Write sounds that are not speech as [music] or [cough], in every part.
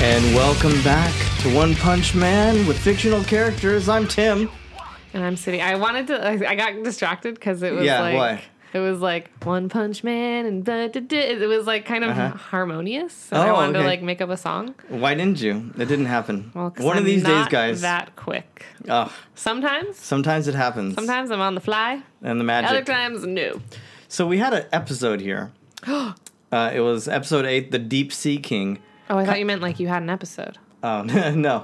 And welcome back to One Punch Man with fictional characters. I'm Tim. And I'm sitting. I wanted to. I, I got distracted because it was Yeah, like why? it was like One Punch Man and da, da, da. it was like kind of harmonious. And I Uh-huh. Oh, wanted okay. to like make up a song. Why didn't you? It didn't happen. Well, 'cause One of I'm these days, not guys. That quick. Ugh, Sometimes, sometimes it happens. sometimes I'm on the fly. And the Other magic. times, no. So we had an episode [gasps] here. uh, it was episode eight, the Deep Sea King. Oh, I thought you meant like you had an episode. Oh [laughs] [laughs] no,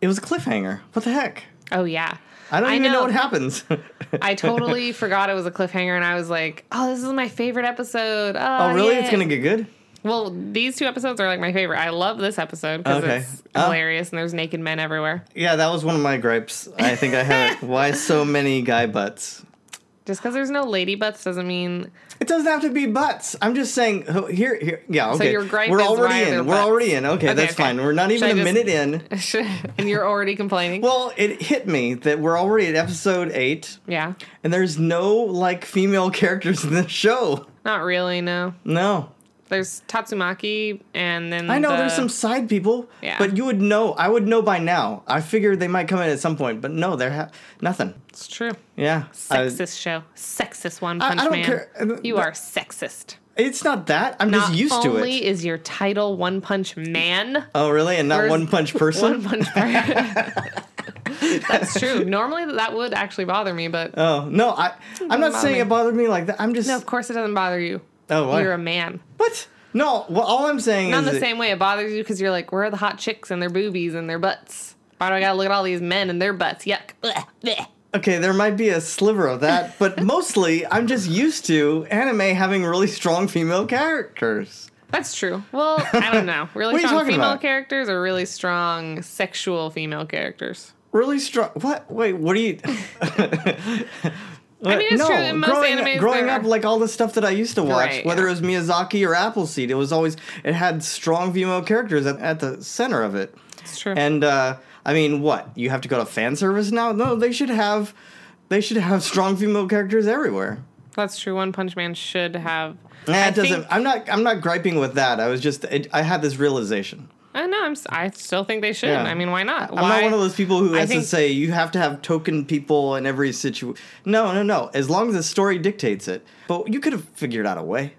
it was a cliffhanger. What the heck? Oh yeah. I don't I even know. know. Oh, what happens. [laughs] I totally forgot it was a cliffhanger, and I was like, "Oh, this is my favorite episode." Oh, oh really? It's yay. gonna get good. Well, these two episodes are like my favorite. I love this episode because Okay. it's Oh. hilarious and there's naked men everywhere. Yeah, that was one of my gripes. I think I [laughs] had why so many guy butts. Just because there's no lady butts [laughs] doesn't mean It doesn't have to be butts. I'm just saying oh, here, here. Yeah, okay. your gripe We're is why already they're in. We're butts. already in. Okay, Okay, that's okay. fine. We're not Should even I a just- minute [laughs] in. and you're already complaining. Well, it hit me that we're already at episode eight, yeah. and there's no like female [laughs] characters in the show. Not really, no. No, There's Tatsumaki and then I know the- there's some side people, Yeah. but you would know. I would know by now. I figured they might come in at some point, but no, they're ha- nothing. It's true. Yeah, I- Sexist show. Sexist one Uh, I punch don't man. care. Uh, th- You are sexist. it's not that. I'm Not just used to only it. is your title one punch man, Oh, really? And not Where's- one [laughs] punch person? one punch man. [laughs] That's true. Normally that would actually bother me, but oh no, I I'm not bother saying me. it bothered me like that. I'm just no, of course it doesn't bother you. oh what? You're a man. what? No, well, all I'm saying is Not in the that- same way. It bothers you because you're like, where are the hot chicks and their boobies and their butts? Why do I gotta look at all these men and their butts? Yuck. Blech. Blech. Okay, there might be a sliver of that, [laughs] but mostly I'm just used to anime having really strong female characters. That's true. Well, I [laughs] don't know. Really What are you strong talking female about? characters or really strong sexual female characters? Really strong. What? Wait, what do you? [laughs] [laughs] I mean, it's no, true. In most growing, animes, growing there up, are- like all the stuff that I used to watch, Right, whether yeah. it was Miyazaki or Appleseed, it was always it had strong female characters at, at the center of it. It's true. And uh, I mean, what you have to go to fan service now? No, they should have, they should have strong female characters everywhere. That's true. One Punch Man should have. Nah, I it doesn't. think- I'm not. I'm not griping with that. I was just. It, I had this realization. I know. I'm. s- I still think they should. Yeah. I mean, why not? Why? I'm not one of those people who I has to think- say you have to have token people in every situation. No, no, no. As long as the story dictates it, but you could have figured out a way.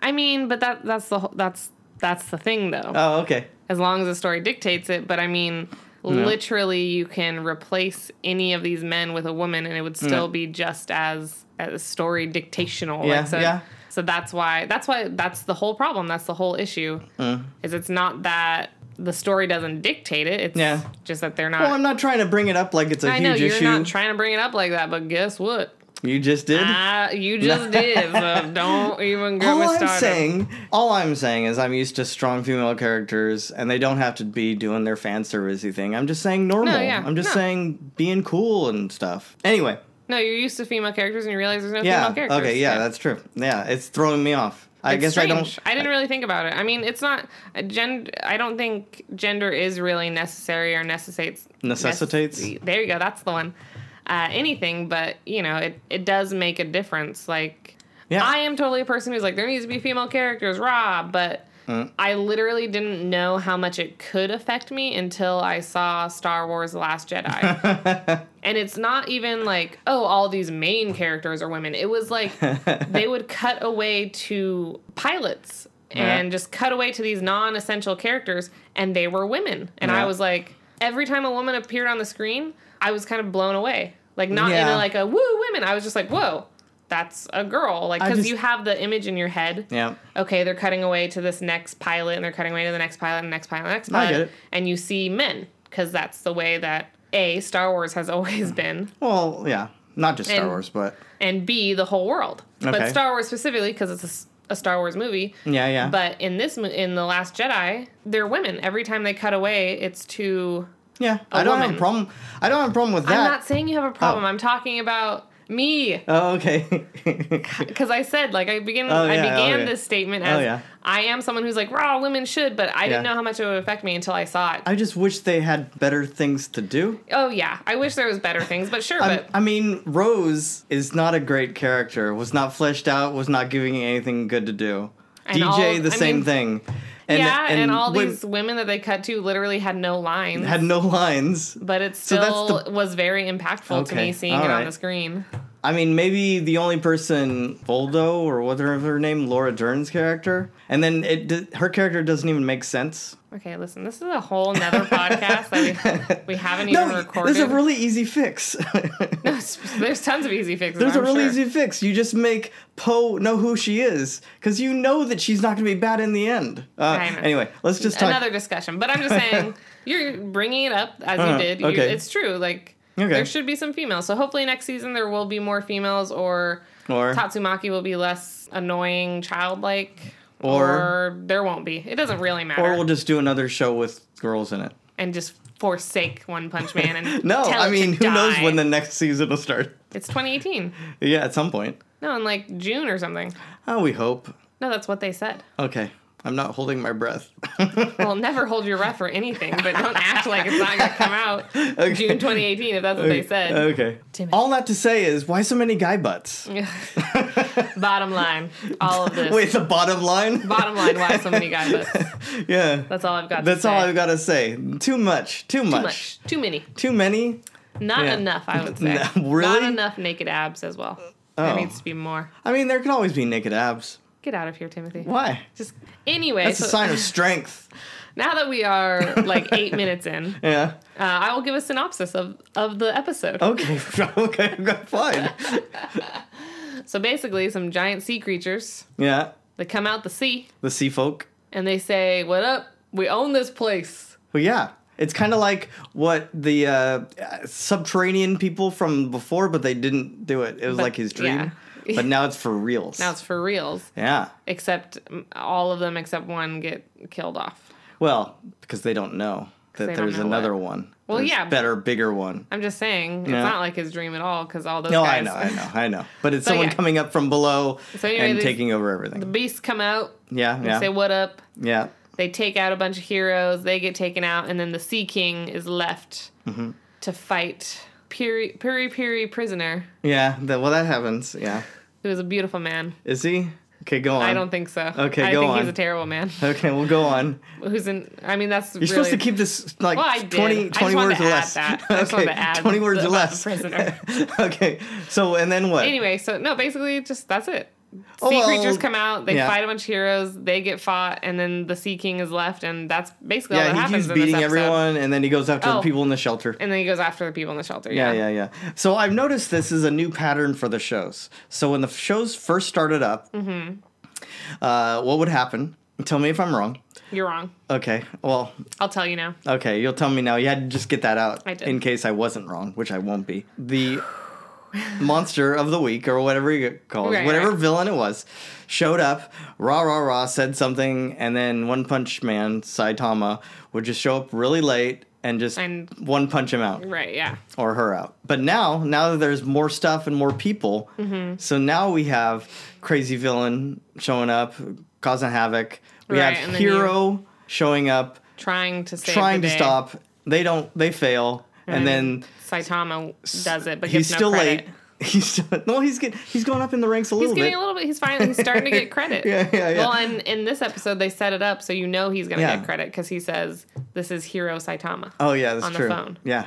I mean, but that that's the whole, that's that's the thing though. Oh, okay. as long as the story dictates it. But I mean, literally, you can replace any of these men with a woman, and it would still be just as as story dictational. Yeah, so, yeah. So that's why that's why that's the whole problem. That's the whole issue. Mm. Is it's not that the story doesn't dictate it. It's Yeah. just that they're not. Well, I'm not trying to bring it up like it's a I huge know you're issue. not trying to bring it up like that, but guess [laughs] what? you just did. I, you just did. So don't even get [laughs] all me I'm started. saying, all I'm saying is I'm used to strong female characters, and they don't have to be doing their fan servicey thing. I'm just saying normal. yeah, I'm just no. saying being cool and stuff. Anyway, No, you're used to female characters, and you realize there's no yeah, female characters. okay, yeah, that's true. Yeah, it's throwing me off. I It's guess I don't. strange. I didn't really think about it. I mean, it's not a gen. I don't think gender is really necessary or necessitates. Necessitates? necess- there you go. That's the one. Uh, anything, but you know, it it does make a difference. Like, Yeah. I am totally a person who's like, there needs to be female characters, rah. But Mm. I literally didn't know how much it could affect me until I saw Star Wars: The Last Jedi. And it's not even like, oh, all these main characters are women. It [laughs] was like they would cut away to pilots and Yeah. just cut away to these non essential characters, and they were women. And Yeah. I was like, every time a woman appeared on the screen, I was kind of blown away. Like, not in Yeah. a, like a woo women. I was just like, whoa, that's a girl. Like, I because just- you have the image in your head yeah. okay, they're cutting away to this next pilot, and they're cutting away to the next pilot, and the next pilot, and the next I pilot. get it. And you see men, because that's the way that A, Star Wars has [laughs] always been, Well, yeah, not just Star And- Wars, but and B, the whole world. Okay. But Star Wars specifically, because it's a s- a, Star Wars movie. yeah, yeah. But in this, mo- in The Last Jedi, they're women. Every time they cut away, it's to. yeah, I don't have a woman. problem. I don't have a problem with that. I'm not saying you have a problem. I'm talking about me. oh, okay. [laughs] because I said like I begin Oh, I yeah, began oh, yeah. this statement Oh, as yeah. I am someone who's like raw women should, but I didn't Yeah. know how much it would affect me until I saw it. I just wish they had better things to do. oh yeah, I wish there was better things, but sure, I'm- but I mean, Rose is not a great character. Was not fleshed out. Was not giving you anything good to do. DJ, And all- the I same mean, thing. yeah, and, all when- these women that they cut to literally had no lines. had no lines. but it that's still was very impactful to Okay, me seeing all it right. on the screen. I mean, maybe the only person, Voldo or whatever her name, Laura Dern's character, and then it d- her character doesn't even make sense. Okay, listen, this is a whole nother podcast that [laughs] we, we haven't even No, recorded. there's a really easy fix. [laughs] No, it's- [laughs] there's tons of easy fixes. There's I'm a really sure. easy fix. You just make Poe know who she is, because you know that she's not going to be bad in the end. Uh, I know. anyway, let's just talk. another discussion. But I'm just [laughs] saying, you're bringing it up as Uh, you did. You, okay. it's true. Like Okay. there should be some females. So hopefully next season there will be more females, or, or Tatsumaki will be less annoying, childlike, Or- there won't be. It doesn't really matter. or we'll just do another show with girls in it. and just forsake One Punch Man and [laughs] No, tell I it mean, to who knows die. when the next season will start? [laughs] it's 2018. Yeah, at some point. No, in like June or something. Oh, we hope. No, that's what they said. Okay, I'm not holding my breath. [laughs] Well, never hold your breath for anything, but don't act like it's not going to come out [laughs] Okay. June 2018 if that's what they said. Okay. Damn it. All that to say is, why so many guy butts? [laughs] Bottom line, all of [laughs] this. Wait, the bottom [laughs] line? Bottom line, why so many guy [laughs] butts? yeah. That's all I've got. That's to say. all I've got to say. Too much. Too, Too much. much. Too many. Too many. Not Yeah. enough, [laughs] I would say. No, really? Not enough naked abs as well. Oh. There needs to be more. I mean, there can always be naked abs. Get out of here, Timothy. Why? Just anyway. That's a so sign of strength. now that we are like eight minutes in, uh, Yeah. I will give a synopsis of of the episode. Okay. [laughs] okay. Fine. So basically, some giant sea creatures Yeah. they come out the sea The sea folk. and they say, "What up? We own this place." Well, yeah. It's kind of like what the uh, uh, subterranean people from before, but they didn't do it. It was But- like his dream. yeah. But now it's for reals. [laughs] Now it's for reals. yeah. except m- all of them except one get killed off. Well, because they don't know that they don't there's know another what. one. Well, There's yeah, but- Better, bigger one. I'm just saying, it's Yeah. not like his dream at all because all those No, guys, I know, I know, I know. But it's So, someone yeah. coming up from below So anyway, and these- taking over everything. beasts come out, Yeah, they yeah, say what up, yeah. they take out a bunch of heroes, they get taken out, and then the Sea King is left Mm-hmm. to fight Piri Piri Piri prisoner, Yeah, that, well, that happens. Yeah. who is a beautiful man. Is he? Okay, go on. I don't think so. Um, Okay, I go think on. he's a terrible man. Okay, we'll go on. Who's in? I mean, that's You're really, supposed to keep this like Well, I did. 20, I just 20 wanted words to or add less. that. I [laughs] just wanted to add 20 words the- or about the less. prisoner. [laughs] okay, so and then what? anyway, so no, basically, just that's it. Sea Oh, well, creatures come out, they yeah. fight a bunch of heroes, they get fought, and then the Sea King is left, and that's basically all that yeah, he happens keeps in this beating episode. everyone and then he goes after the Oh. people in the shelter. And then he goes after the people in the shelter. Yeah, Yeah, yeah, yeah. So I've noticed this is a new pattern for the shows. So when the shows first started up, Mm-hmm. uh, what would happen? Tell me if I'm wrong. You're wrong. Okay. Well, I'll tell you now. okay. You'll tell me now. You had to just get that out I did. in case I wasn't wrong, which I won't be. The [sighs] monster of the week or whatever you call it, Right, whatever right. villain it was, showed up, rah rah rah, said something, and then One Punch Man Saitama would just show up really late and just And- one punch him out Right? Yeah. or her out. But now, now that there's more stuff and more people, Mm-hmm. so now we have crazy villain showing up, causing havoc. We Right, have and then hero showing up, Trying to save. trying the to day. stop. They don't. They fail, and then Saitama does it, but he's gets no still late. credit. [laughs] He's still, well, he's get, he's going up in the ranks a He's little getting bit. a little bit. He's finally he's starting [laughs] to get credit. Yeah, yeah, yeah. Well, and in this episode, they set it up so you know he's gonna Yeah. get credit because he says, "This is Hero Saitama." oh yeah, that's on the true. phone. Yeah,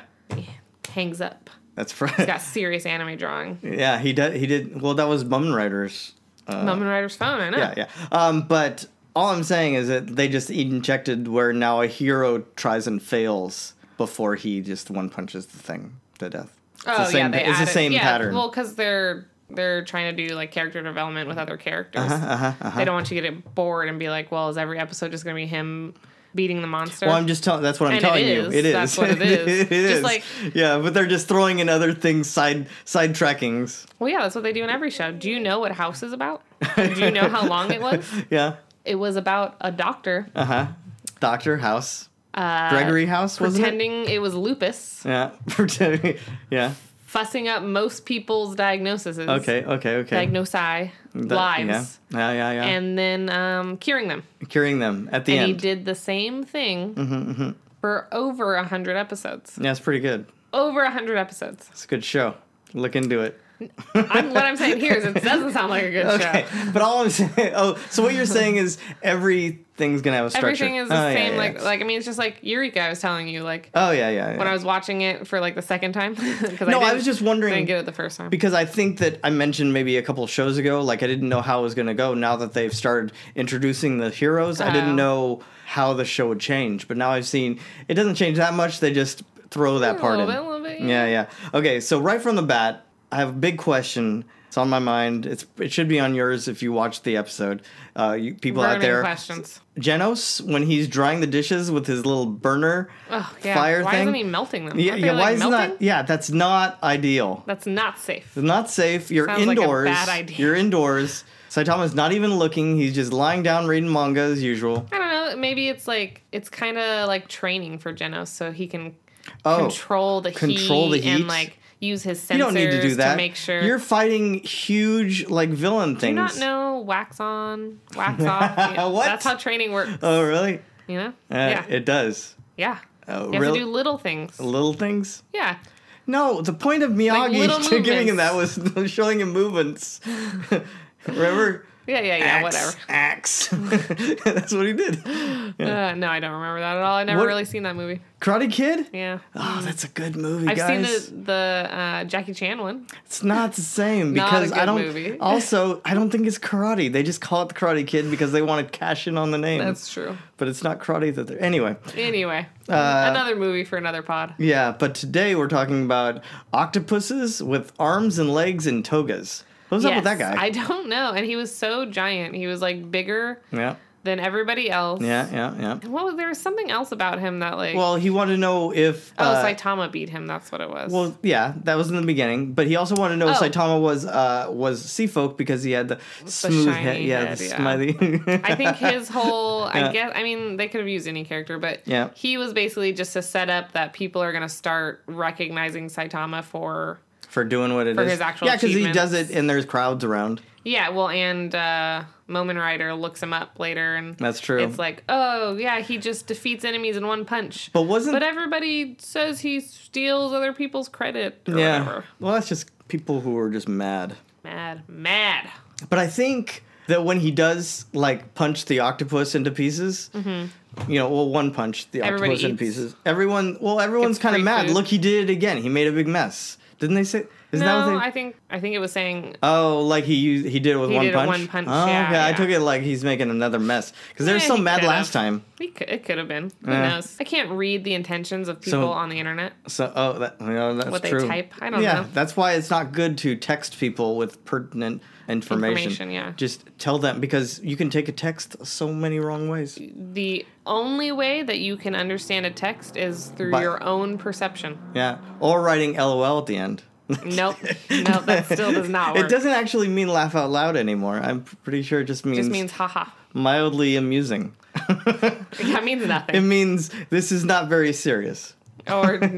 Hangs up. that's [laughs] right. Got serious anime drawing. yeah, he did. He did. Well, that was Bum Riders. Mum and Ryder's phone. I know. Yeah, yeah. Um, but all I'm saying is that they just injected where now a hero tries and fails before he just one punches the thing to death. It's Oh the same, yeah, they it's the added- same yeah, pattern. Well, because they're they're trying to do like character development with other characters. Uh-huh, They don't want you to get bored and be like, well, is every episode just going to be him beating the monster? well, I'm just telling. That's what I'm And it telling you. is. It is. That's what it [laughs] is. it Just is. like- yeah, but they're just throwing in other things, side side trackings. well, yeah, that's what they do in every show. Do you know what House is about? do you know how long [laughs] it was? Yeah. It was about a doctor Uh huh. Doctor House. uh, Gregory House wasn't it? pretending it was lupus, Yeah. [laughs] Pretending. Yeah. fussing up most people's diagnoses. Okay. Okay. Okay. Diagnosi, That- lives, Yeah. Yeah. Yeah. yeah. and then um, curing them. Curing them at the and end. he did the same thing Mm-hmm, for over a hundred episodes. Yeah, it's pretty good. Over a hundred episodes. It's a good show. Look into it. I'm, what I'm saying here is it doesn't sound like a good Okay, [laughs] show. but all I'm saying, oh, so what you're saying is everything's gonna have a structure. Everything is the Oh, yeah, same. yeah, like, yeah. like I mean, it's just like Eureka. I was telling you, like Oh yeah, yeah. yeah. when I was watching it for like the second time. [laughs] 'cause no, I, didn't- was just wondering didn't get it the first time. because I think that I mentioned maybe a couple of shows ago, like I didn't know how it was gonna go. Now that they've started introducing the heroes, I Oh. didn't know how the show would change. But now I've seen it doesn't change that much. They just throw that A part little in. bit, a little bit, Yeah, yeah. Okay, so right from the bat, I have a big question. It's on my mind. It's it should be on yours if you watch the episode. Uh, you, people out Burning there, questions. Genos when he's drying the dishes with his little burner Oh, yeah. fire why thing. isn't he melting them? yeah, Aren't they, yeah. like, why is melting? not? Yeah, that's not ideal. That's not safe. It's not safe. You're Sounds like a indoors. bad idea. You're indoors. Saitama's not even looking. He's just lying down reading manga as usual. I don't know. Maybe it's like it's kind of like training for Genos, so he can Oh, control the control heat the heat? and like use his sensors you don't need to do that. make sure. you're fighting huge like villain do things. you not know wax on, [laughs] wax off. Yeah, What? That's how training works. Oh, really? You know? Uh, yeah. It does. yeah. Oh, you have really? to do little things. Little things? Yeah. No, the point of Miyagi little to [laughs] giving him that was [laughs] showing him [laughs] movements. Remember? Yeah, yeah, yeah, whatever. Axe. [laughs] That's what he did. [laughs] Uh, no, I don't remember that at all. I never What- really seen that movie. Karate Kid? Yeah. Mm. Oh, that's a good movie, I've guys. seen the, the uh, Jackie Chan one. It's not the same [laughs] Not a because I good don't. movie. [laughs] Also, I don't think it's karate. They just call it the Karate Kid because they want to cash in on the name. That's true. but it's not karate that they're. Anyway, Anyway, Uh, another movie for another pod. yeah. But today we're talking about octopuses with arms and legs and togas. What was up with that Yes, guy? I don't know. And he was so giant. He was like bigger yeah, than everybody else. yeah, yeah, yeah. What was there was something else about him that like Well, he wanted to know if. oh uh, Saitama beat him. That's what it was. Well, yeah, that was in the beginning, but he also wanted to know if Oh. Saitama was uh was sea folk because he had the smooth shiny head, yeah, head, the yeah. smiley. [laughs] I think his whole Yeah. I guess I mean they could have used any character, but Yeah. he was basically just to set up that people are gonna start recognizing Saitama for for doing what it is. For his actual yeah, because he does it achievements. and there's crowds around. yeah, well and uh Moment Rider looks him up later and That's true. It's like, oh yeah, he just defeats enemies in one punch. But wasn't- But uh, everybody says he steals other people's credit or yeah, whatever. well, that's just people who are just mad. Mad, mad. But I think that when he does like punch the octopus into pieces, you know, well, one punch the Mm-hmm. Everybody octopus into eats. pieces. Everyone, well, everyone's Gets kind of free mad. food. Look, he did it again. He made a big mess. Didn't they say? Isn't that what no, they? I think I think it was saying Oh, like he used, he did it with He one did it punch. one punch, Oh, yeah, okay. I yeah. took it like he's making another mess because they were Yeah, so he mad could've. last time. He could, it could have been. Who Yeah. knows? I can't read the intentions of people on the internet. So oh, that, you know, that's What they true. type? I don't yeah, know. that's why it's not good to text people with pertinent information. Information, yeah. Just tell them because you can take a text so many wrong ways. The only way that you can understand a text is through By- your own perception. Yeah, or writing LOL at the end. [laughs] Nope. nope. That still does not work. It doesn't actually mean laugh out loud anymore. I'm pretty sure it just It means, just means haha. mildly amusing. That means It nothing. means this is not very serious. [laughs] or Don't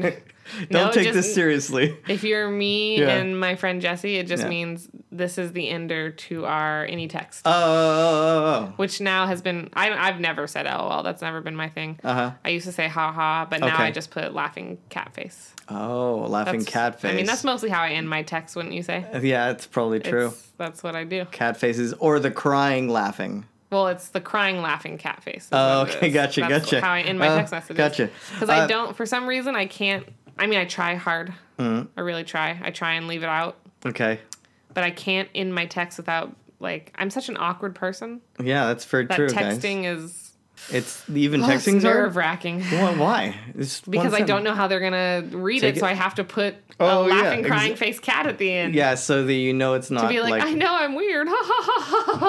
No, it take just- this seriously. [laughs] if you're me Yeah. and my friend Jesse, it just Yeah. means this is the ender to our any text. Oh, which now has been I, I've never said LOL. That's never been my thing. uh huh. I used to say haha, but now Okay. I just put laughing cat face. Oh, laughing cat That's- face. I mean, that's mostly how I end my text, wouldn't you say? yeah, it's probably true. It's- that's what I do. Cat faces or the crying laughing. Well, it's the crying, laughing cat face. is Oh, what it okay, is. gotcha, that's gotcha. How I end my Uh, text messages. gotcha. Because Uh, I don't, for some reason, I can't. I mean, I try hard. Mm-hmm. I really try. I try and leave it out, Okay. but I can't end my text without like I'm such an awkward person Yeah, that's very that true, guys. texting is It's even oh, texting's nerve hard. wracking. Why? why? It's one [laughs] Because I sentence. don't know how they're gonna read Take it, so it- I have to put Oh, a yeah, laughing, exa- crying face cat at the end. Yeah, so that you know it's not be like, like. I know I'm weird. [laughs]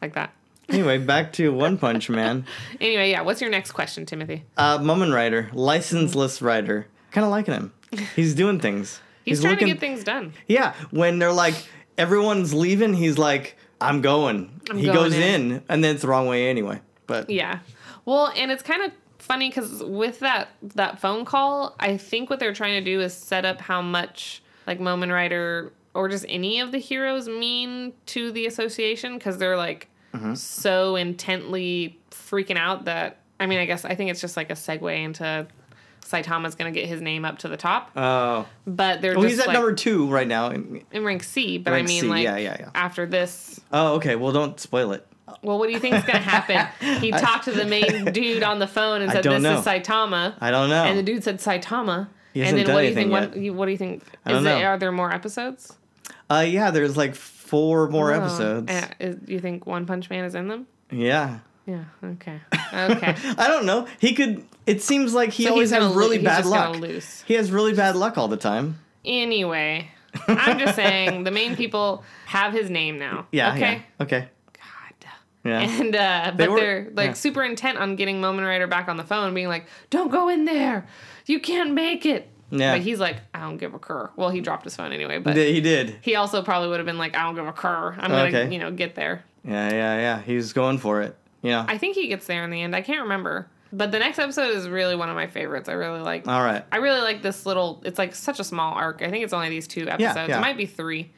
like that. anyway, back to One Punch Man. Anyway, yeah. What's your next question, Timothy? Uh, Mumin Rider, licenseless rider. Kind of liking him. He's doing things. He's, trying to get things done. Yeah, when they're like everyone's leaving, he's like, "I'm going." he going goes in. in. and then it's the wrong way anyway. But Yeah. Well, and it's kind of funny because with that that phone call, I think what they're trying to do is set up how much like Moment Rider or just any of the heroes mean to the association because they're like Mm-hmm. so intently freaking out that I mean, I guess I think it's just like a segue into Saitama's going to get his name up to the top. Oh, But they're well, just he's at like number two right now. and- in rank C. But Rank I mean, C, like yeah, yeah, yeah. after this, Oh, okay. Well, don't spoil it. well, what do you think is going [laughs] to happen? He talked to the main dude on the phone and I said, "This don't is know. Saitama," I don't know. and the dude said, "Saitama." Oh. He and hasn't then done what do you think? anything What, you- what do you think? I don't is it, know. are there more episodes? uh, yeah, there's like four more Oh, episodes. uh, is- you think One Punch Man is in them? yeah. Yeah. Okay. Okay. [laughs] I don't know. He could. It seems like he So always he's gonna has really lo- he's bad just gonna luck. lose. He has really bad luck all the time. Anyway, I'm just saying the main people have his name now. [laughs] Yeah. Okay. yeah, Okay. God. Yeah. [laughs] And uh, but They they were- are like yeah. super intent on getting Moment Rider back on the phone, being like, "Don't go in there, you can't make it." Yeah. But he's like, "I don't give a cur." Well, he dropped his phone anyway, but He did. he also probably would have been like, "I don't give a cur. I'm Okay. gonna, you know, get there." Yeah, yeah, yeah. He's going for it. Yeah. I think he gets there in the end. I can't remember, but the next episode is really one of my favorites. I really like. all right. I really like this little. It's like such a small arc. I think it's only these two episodes. yeah. Mm. It might be three,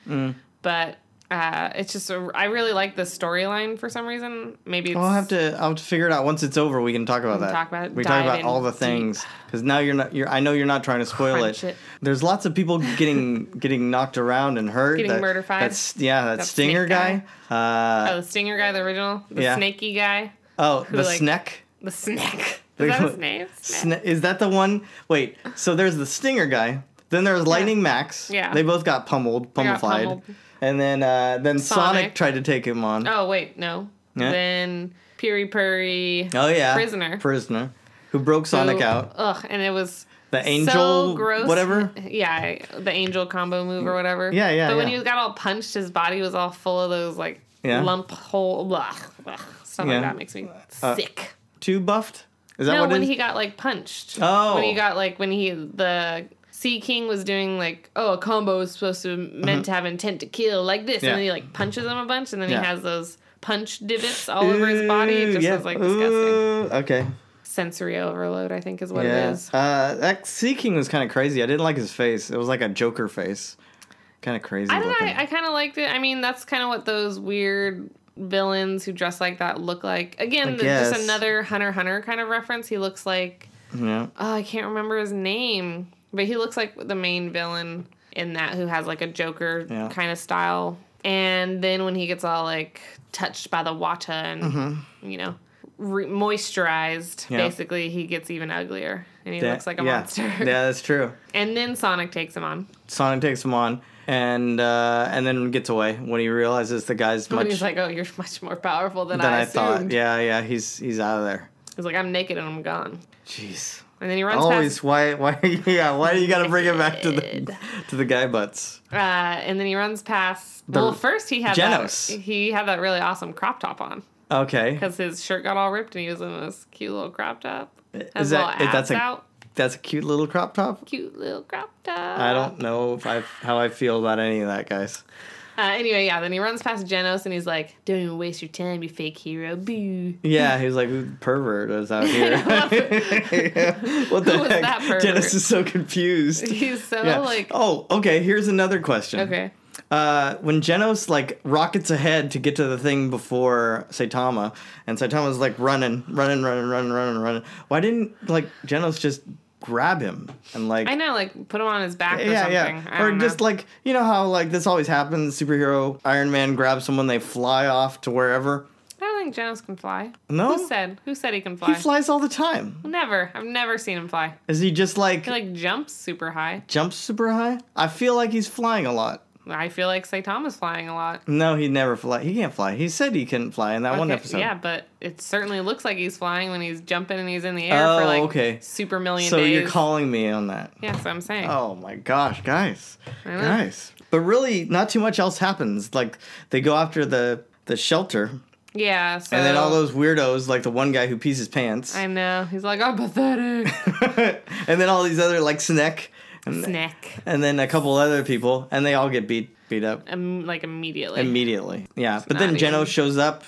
but uh, it's just. A, I really like this storyline for some reason. Maybe it's, I'll have to. I'll have to figure it out. Once it's over, we can talk about can that. talk about it, we talk dive about in all the deep. things because now you're not. You're. I know you're not trying [sighs] to spoil Crunch it. There's lots of people [laughs] getting getting knocked around and hurt. Getting that, murder-fied. That's yeah. That, That stinger snake guy. guy. Uh, Oh, the Stinger guy, the original, the Yeah. snaky guy, oh, the like- snack. the snack. [laughs] Is [laughs] that his name? Snack. Sna- is that the one? Wait. So there's the stinger guy. Then there's Lightning Max. Yeah. They both got pummeled, got pummelified. pummeled. And then uh, then Sonic. Sonic. tried to take him on. Oh wait, no. Yeah. Then Piri Puri. Oh yeah, Prisoner. prisoner, who broke Sonic out. Ugh, and it was The angel, whatever. Yeah, the angel combo move or whatever. Yeah, yeah, But when yeah. he got all punched, his body was all full of those like Yeah. lump hole. Blah, blah. Stuff Yeah. like that makes me Uh, sick. Too buffed. Is that No, what it when is? he got like punched. Oh. When he got like when he the Sea King was doing like oh a combo is supposed to meant to have intent to kill like this Mm-hmm. Yeah. and then he like punches him a bunch and then Yeah. he has those punch divots all over his body. It Ooh, just yeah. is like disgusting. Ooh, okay. Sensory overload, I think, is what it Yeah. is. Uh, that Sea King was kind of crazy. I didn't like his face. It was like a Joker face. Kind of crazy. I don't know. looking. I, I kind of liked it. I mean, that's kind of what those weird villains who dress like that look like. Again, the, guess. just another Hunter x Hunter kind of reference. He looks like yeah. oh, I can't remember his name, but he looks like the main villain in that who has like a Joker Yeah. kind of style. And then when he gets all like touched by the water and you know re- moisturized, Mm-hmm. Yeah. basically he gets even uglier and he That- looks like a yeah. monster. [laughs] yeah, that's true. [laughs] And then Sonic takes him on. Sonic takes him on, and uh, and then gets away when he realizes the guy's And much he's like, "Oh, you're [laughs] much more powerful than, than I, I, assumed." thought. Yeah, yeah. He's he's out of there. He's like, "I'm naked and I'm gone." Jeez. And then he runs Always past, why why [laughs] yeah why do you got to bring it back to the Naked. to the guy butts? uh, and then he runs past. well, first he had Genos. That, he had that really awesome crop top on. Okay. because his shirt got all ripped and he was in this cute little crop top. Is Has that- little abs that's a- out. That's a cute little crop top. Cute little crop top. I don't know if I how I feel about any of that, guys. Uh, anyway, yeah. Then he runs past Genos and he's like, "Don't even waste your time, you fake [laughs] hero." Boo. [laughs] Yeah, he's like pervert is out here. [laughs] Yeah. What the Who was heck? that pervert? Dennis is so confused. He's so Yeah. like, oh, okay. Here's another question. okay, Uh, when Genos like rockets ahead to get to the thing before Saitama, and Saitama's like running, running, running, running, running, running. Why didn't like Genos just grab him and like I know, like put him on his back or yeah, something. yeah. Or just like you know how like this always happens. Superhero Iron Man grabs someone, they fly off to wherever. I don't think Genos can fly. No? Who said? Who said he can He fly? flies all the time. Never. I've never seen him fly. Is he just like, He like jumps super high. jumps super high? I feel like he's flying a lot. I feel like Saitama's flying a lot. No, he never fly. He can't fly. He said he couldn't fly in that one Okay, episode. Yeah, but it certainly looks like he's flying when he's jumping and he's in the air Oh, for like okay. super million So days. you're calling me on that? yeah, that's what I'm saying. Oh my gosh, guys, know. guys. But really, not too much else happens. Like they go after the the shelter, and Yeah, so then all those weirdos, like the one guy who pees his pants, I know. He's like, I'm pathetic. [laughs] and then all these other like snack, and, Snack. and then a couple other people, and they all get beat beat up Um, like immediately. immediately. Yeah, but not then Geno even- shows up,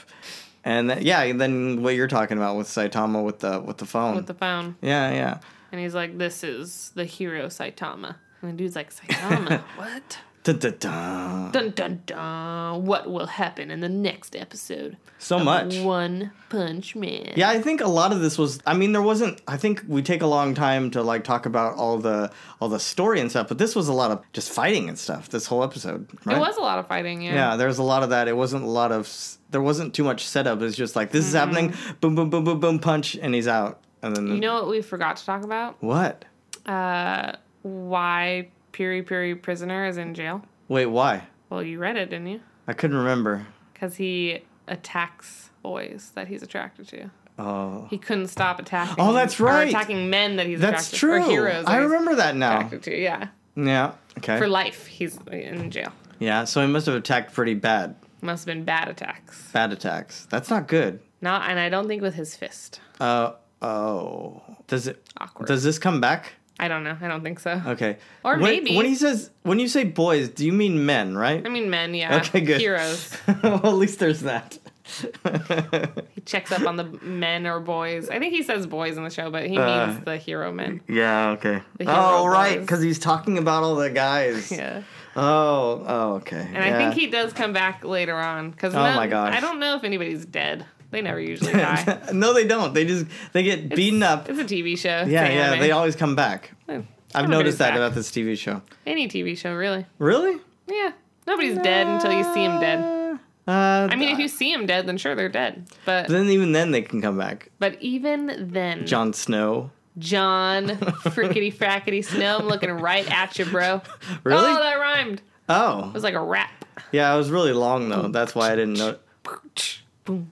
and th- yeah, and then what you're talking about with Saitama with the with the phone. with the phone. yeah, yeah. [laughs] And he's like, This is the hero Saitama. And the dude's like, Saitama, what? Dun, dun, dun. Dun dun dun. What will happen in the next episode? So of much. One Punch Man. Yeah, I think a lot of this was. I mean, there wasn't. I think we take a long time to like talk about all the all the story and stuff, but this was a lot of just fighting and stuff. This whole episode, right? It was a lot of fighting, yeah. Yeah, there was a lot of that. It wasn't a lot of. s- There wasn't too much setup. It's just like this is happening. Boom, boom, boom, boom, boom. Punch, and he's out. And then Mm-hmm. You know what we forgot to talk about? what? Uh, why Piri Piri Prisoner is in jail? Wait, why? Well, you read it, didn't you? I couldn't remember. Because he attacks boys that he's attracted to. Oh, He couldn't stop attacking. Oh, that's or right. attacking men that he's that's attracted true. Or heroes. that I he's remember that now. Attracted to, yeah. Yeah. Okay. For life, he's in jail. yeah. So he must have attacked pretty bad. Must have been bad attacks. Bad attacks. That's not good. Not, and I don't think with his fist. Uh oh. Does it? Awkward. Does this come back? I don't know. I don't think so. Okay. Or when, maybe- when he says when you say boys, do you mean men, right? I mean, men, yeah. okay, good. Heroes. [laughs] well, at least there's that. [laughs] He checks up on the men or boys. I think he says boys in the show, but he Uh, means the hero men. yeah. Okay. The hero Oh, right, boys. because he's talking about all the guys. [laughs] Yeah. Oh. Oh. Okay. And I [laughs] think he does come back later on. Cause Oh none- my gosh. I don't know if anybody's dead. [laughs] They never usually die. no, they don't. They just they get beaten up. It's a TV show. It's Yeah. an Yeah. anime. They always come back. I've Everybody's noticed that back. about this TV show. any TV show, really. Really? Yeah. Nobody's dead until you see him dead. Uh, I mean, if you see him dead, then sure they're dead. But then even then they can come back. but even then, Jon John, Snow. Oh, frickety frackety Snow, I'm looking right at you, bro. [laughs] Really? Oh, that rhymed. It Oh. was like a rap. Yeah, it was really long though. That's why I didn't know. Boom.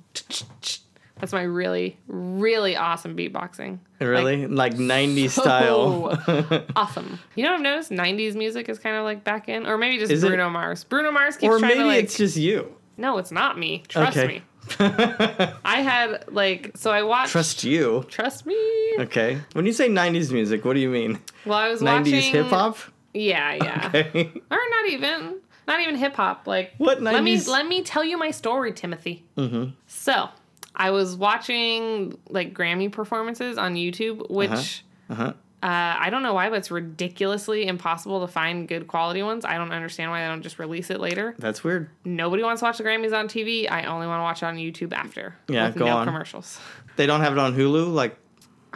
That's my really really awesome beatboxing. Really? Like, [laughs] 90s [laughs] so style. Awesome. You know what I've noticed? 90s music is kind of like back in, or maybe just Is it- Bruno Mars. Bruno Mars keeps or trying maybe to like. it's just you. No, it's not me. Trust Okay. me. I had like so I [laughs] watched. Trust you. Trust me. Okay. When you say 90s music, what do you mean? Well, I was 90s watching hip [laughs] hop? Yeah, yeah. Okay. Or not even, not even hip hop. Like What Let me 90s? let me tell you my story, Timothy. Mm-hmm. So I was watching like Grammy performances on YouTube, which. Uh-huh. Uh, I don't know why, but it's ridiculously impossible to find good quality ones. I don't understand why they don't just release it later. That's weird. Nobody wants to watch the Grammys on TV. I only want to watch it on YouTube after. Yeah, with go no on. commercials. They don't have it on Hulu? Like,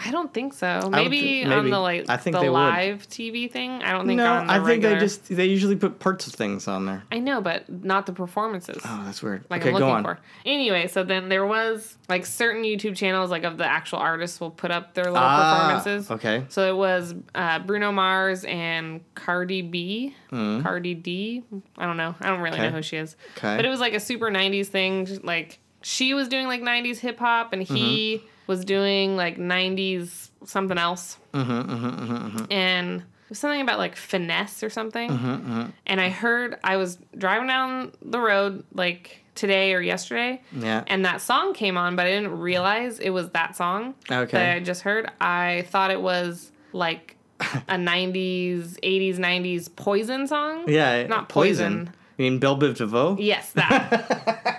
I don't think so. Maybe, thi- on maybe. the like I think the they would. live TV thing. I don't think no, on the I think regular. they just, they usually put parts of things on there. I know, but not the performances. Oh, that's weird. like okay, I'm go looking on. for. Anyway, so then there was like certain YouTube channels like of the actual artists will put up their little Ah, performances. okay. So it was uh, Bruno Mars and Cardi B, Cardi D. I don't know. I don't really Hmm. know Okay. who she is. Okay. But it was like a super '90s thing. just, Like she was doing like '90s hip hop, and Mm-hmm. he was doing like '90s something else. Mm-hmm, And it was something about like finesse or something. Mm-hmm, And I heard I was driving down the road like today or yesterday, Yeah. and that song came on, but I didn't realize it was that song Okay. that I just heard. I thought it was like [laughs] a 90s, 80s, 90s poison song. yeah. Not Poison. You mean Belle Biv DeVoe? [laughs] Yes, that.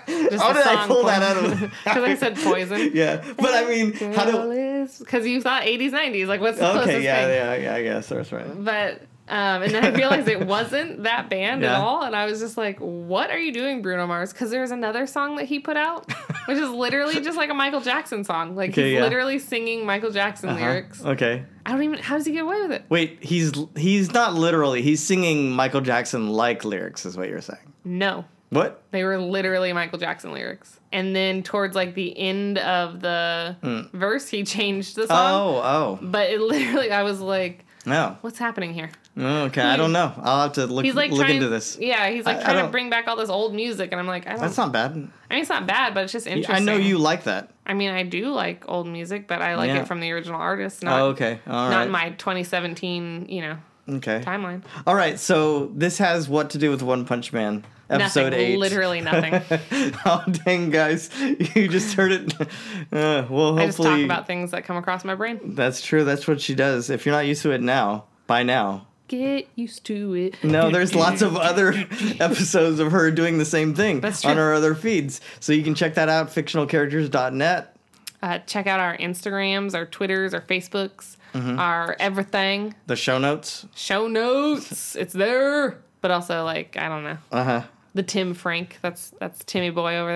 Just How the did I song pull that out Poison. [laughs] of? Because I said poison. [laughs] Yeah, but I mean, how [laughs] do? Because you thought 80s, 90s. Like, what's the Okay, closest yeah, thing? yeah, yeah. I guess that's right. But, um, and then I realized [laughs] it wasn't that band Yeah. at all. And I was just like, what are you doing, Bruno Mars? Because there's another song that he put out, which is literally just like a Michael Jackson song. Like, Okay, he's yeah. literally singing Michael Jackson Uh-huh. lyrics. Okay. I don't even, how does he get away with it? Wait, he's he's not literally. He's singing Michael Jackson like lyrics, is what you're saying. No. What? They were literally Michael Jackson lyrics. And then towards like the end of the verse, he changed the song. Hmm. Oh, oh, But it literally, I was like, no. what's happening here? Okay, I don't know. I'll have to look He's like look trying, into this. Yeah, he's like I- I trying to don't- bring back all this old music, and I'm like, I don't. That's not bad. I mean, it's not bad, but it's just interesting. I know you like that. I mean, I do like old music, but I like Yeah. it from the original artist, not oh, okay. All not right. my 2017, you know, okay. timeline. All right. So this has what to do with One Punch Man, episode nothing, eight. [laughs] literally nothing. oh dang, guys! [laughs] You just heard it. Uh, well, hopefully I just talk about things that come across my brain. That's true. That's what she does. If you're not used to it now, by now. Get used to it. No, there's lots of other [laughs] episodes of her doing the same thing That's on true. her other feeds. So you can check that out, fictionalcharacters.net. Uh, check out our Instagrams, our Twitters, our Mm-hmm. Facebooks, our everything. The show notes. Show notes. It's there. but also like I don't know Uh huh. the Tim Frank. That's that's Timmy Boy over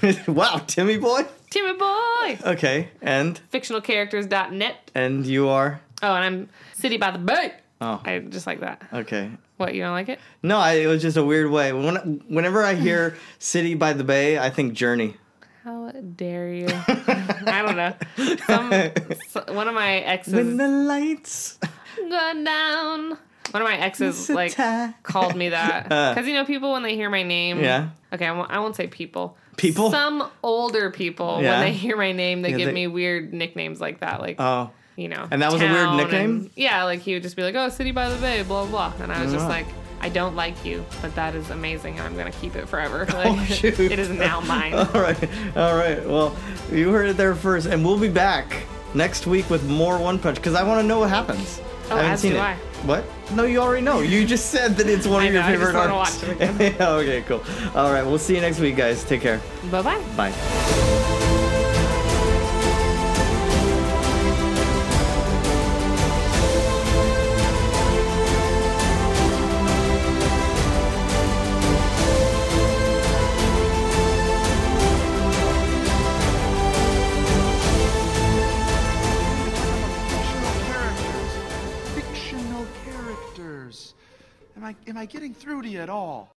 there. [laughs] wow, Timmy boy. Timmy Boy. Okay, and Fictionalcharacters.net. and you are. Oh, and I'm City by the Bay. Oh, I just like that. okay. What you don't like it? No, I, it was just a weird way. When, whenever I hear "City by the Bay," I think Journey. How dare you? [laughs] I don't know. Some, s one of my When exes the lights gone down. One of my [laughs] exes like tie. called me [laughs] that Uh. because you know people when they hear my name. Yeah. Okay, I won't, I won't say people. People? Some older people Yeah. when they hear my name, they Yeah, give they- me weird nicknames like that. Like Oh, you know. And that was a weird town nickname? and- yeah, like he would just be like, "Oh, city by the bay," blah blah, blah. and I was just Wow. like, "I don't like you, but that is amazing, and I'm gonna keep it forever. [laughs] Like, Oh, shoot. [laughs] it is [laughs] now all mine." right, all right. Well, you heard it there first, and we'll be back next week with more One Punch because I want to know what happens. Oh, I haven't as seen do it. I. What? No, you already know. You just said that it's one [laughs] I of your know, I just favorite wanna arcs. watch it Yeah, [laughs] okay, cool. All right, we'll see you next week, guys. Take care. bye bye. Bye. Fictional characters. Fictional characters. Am I am I getting through to you at all?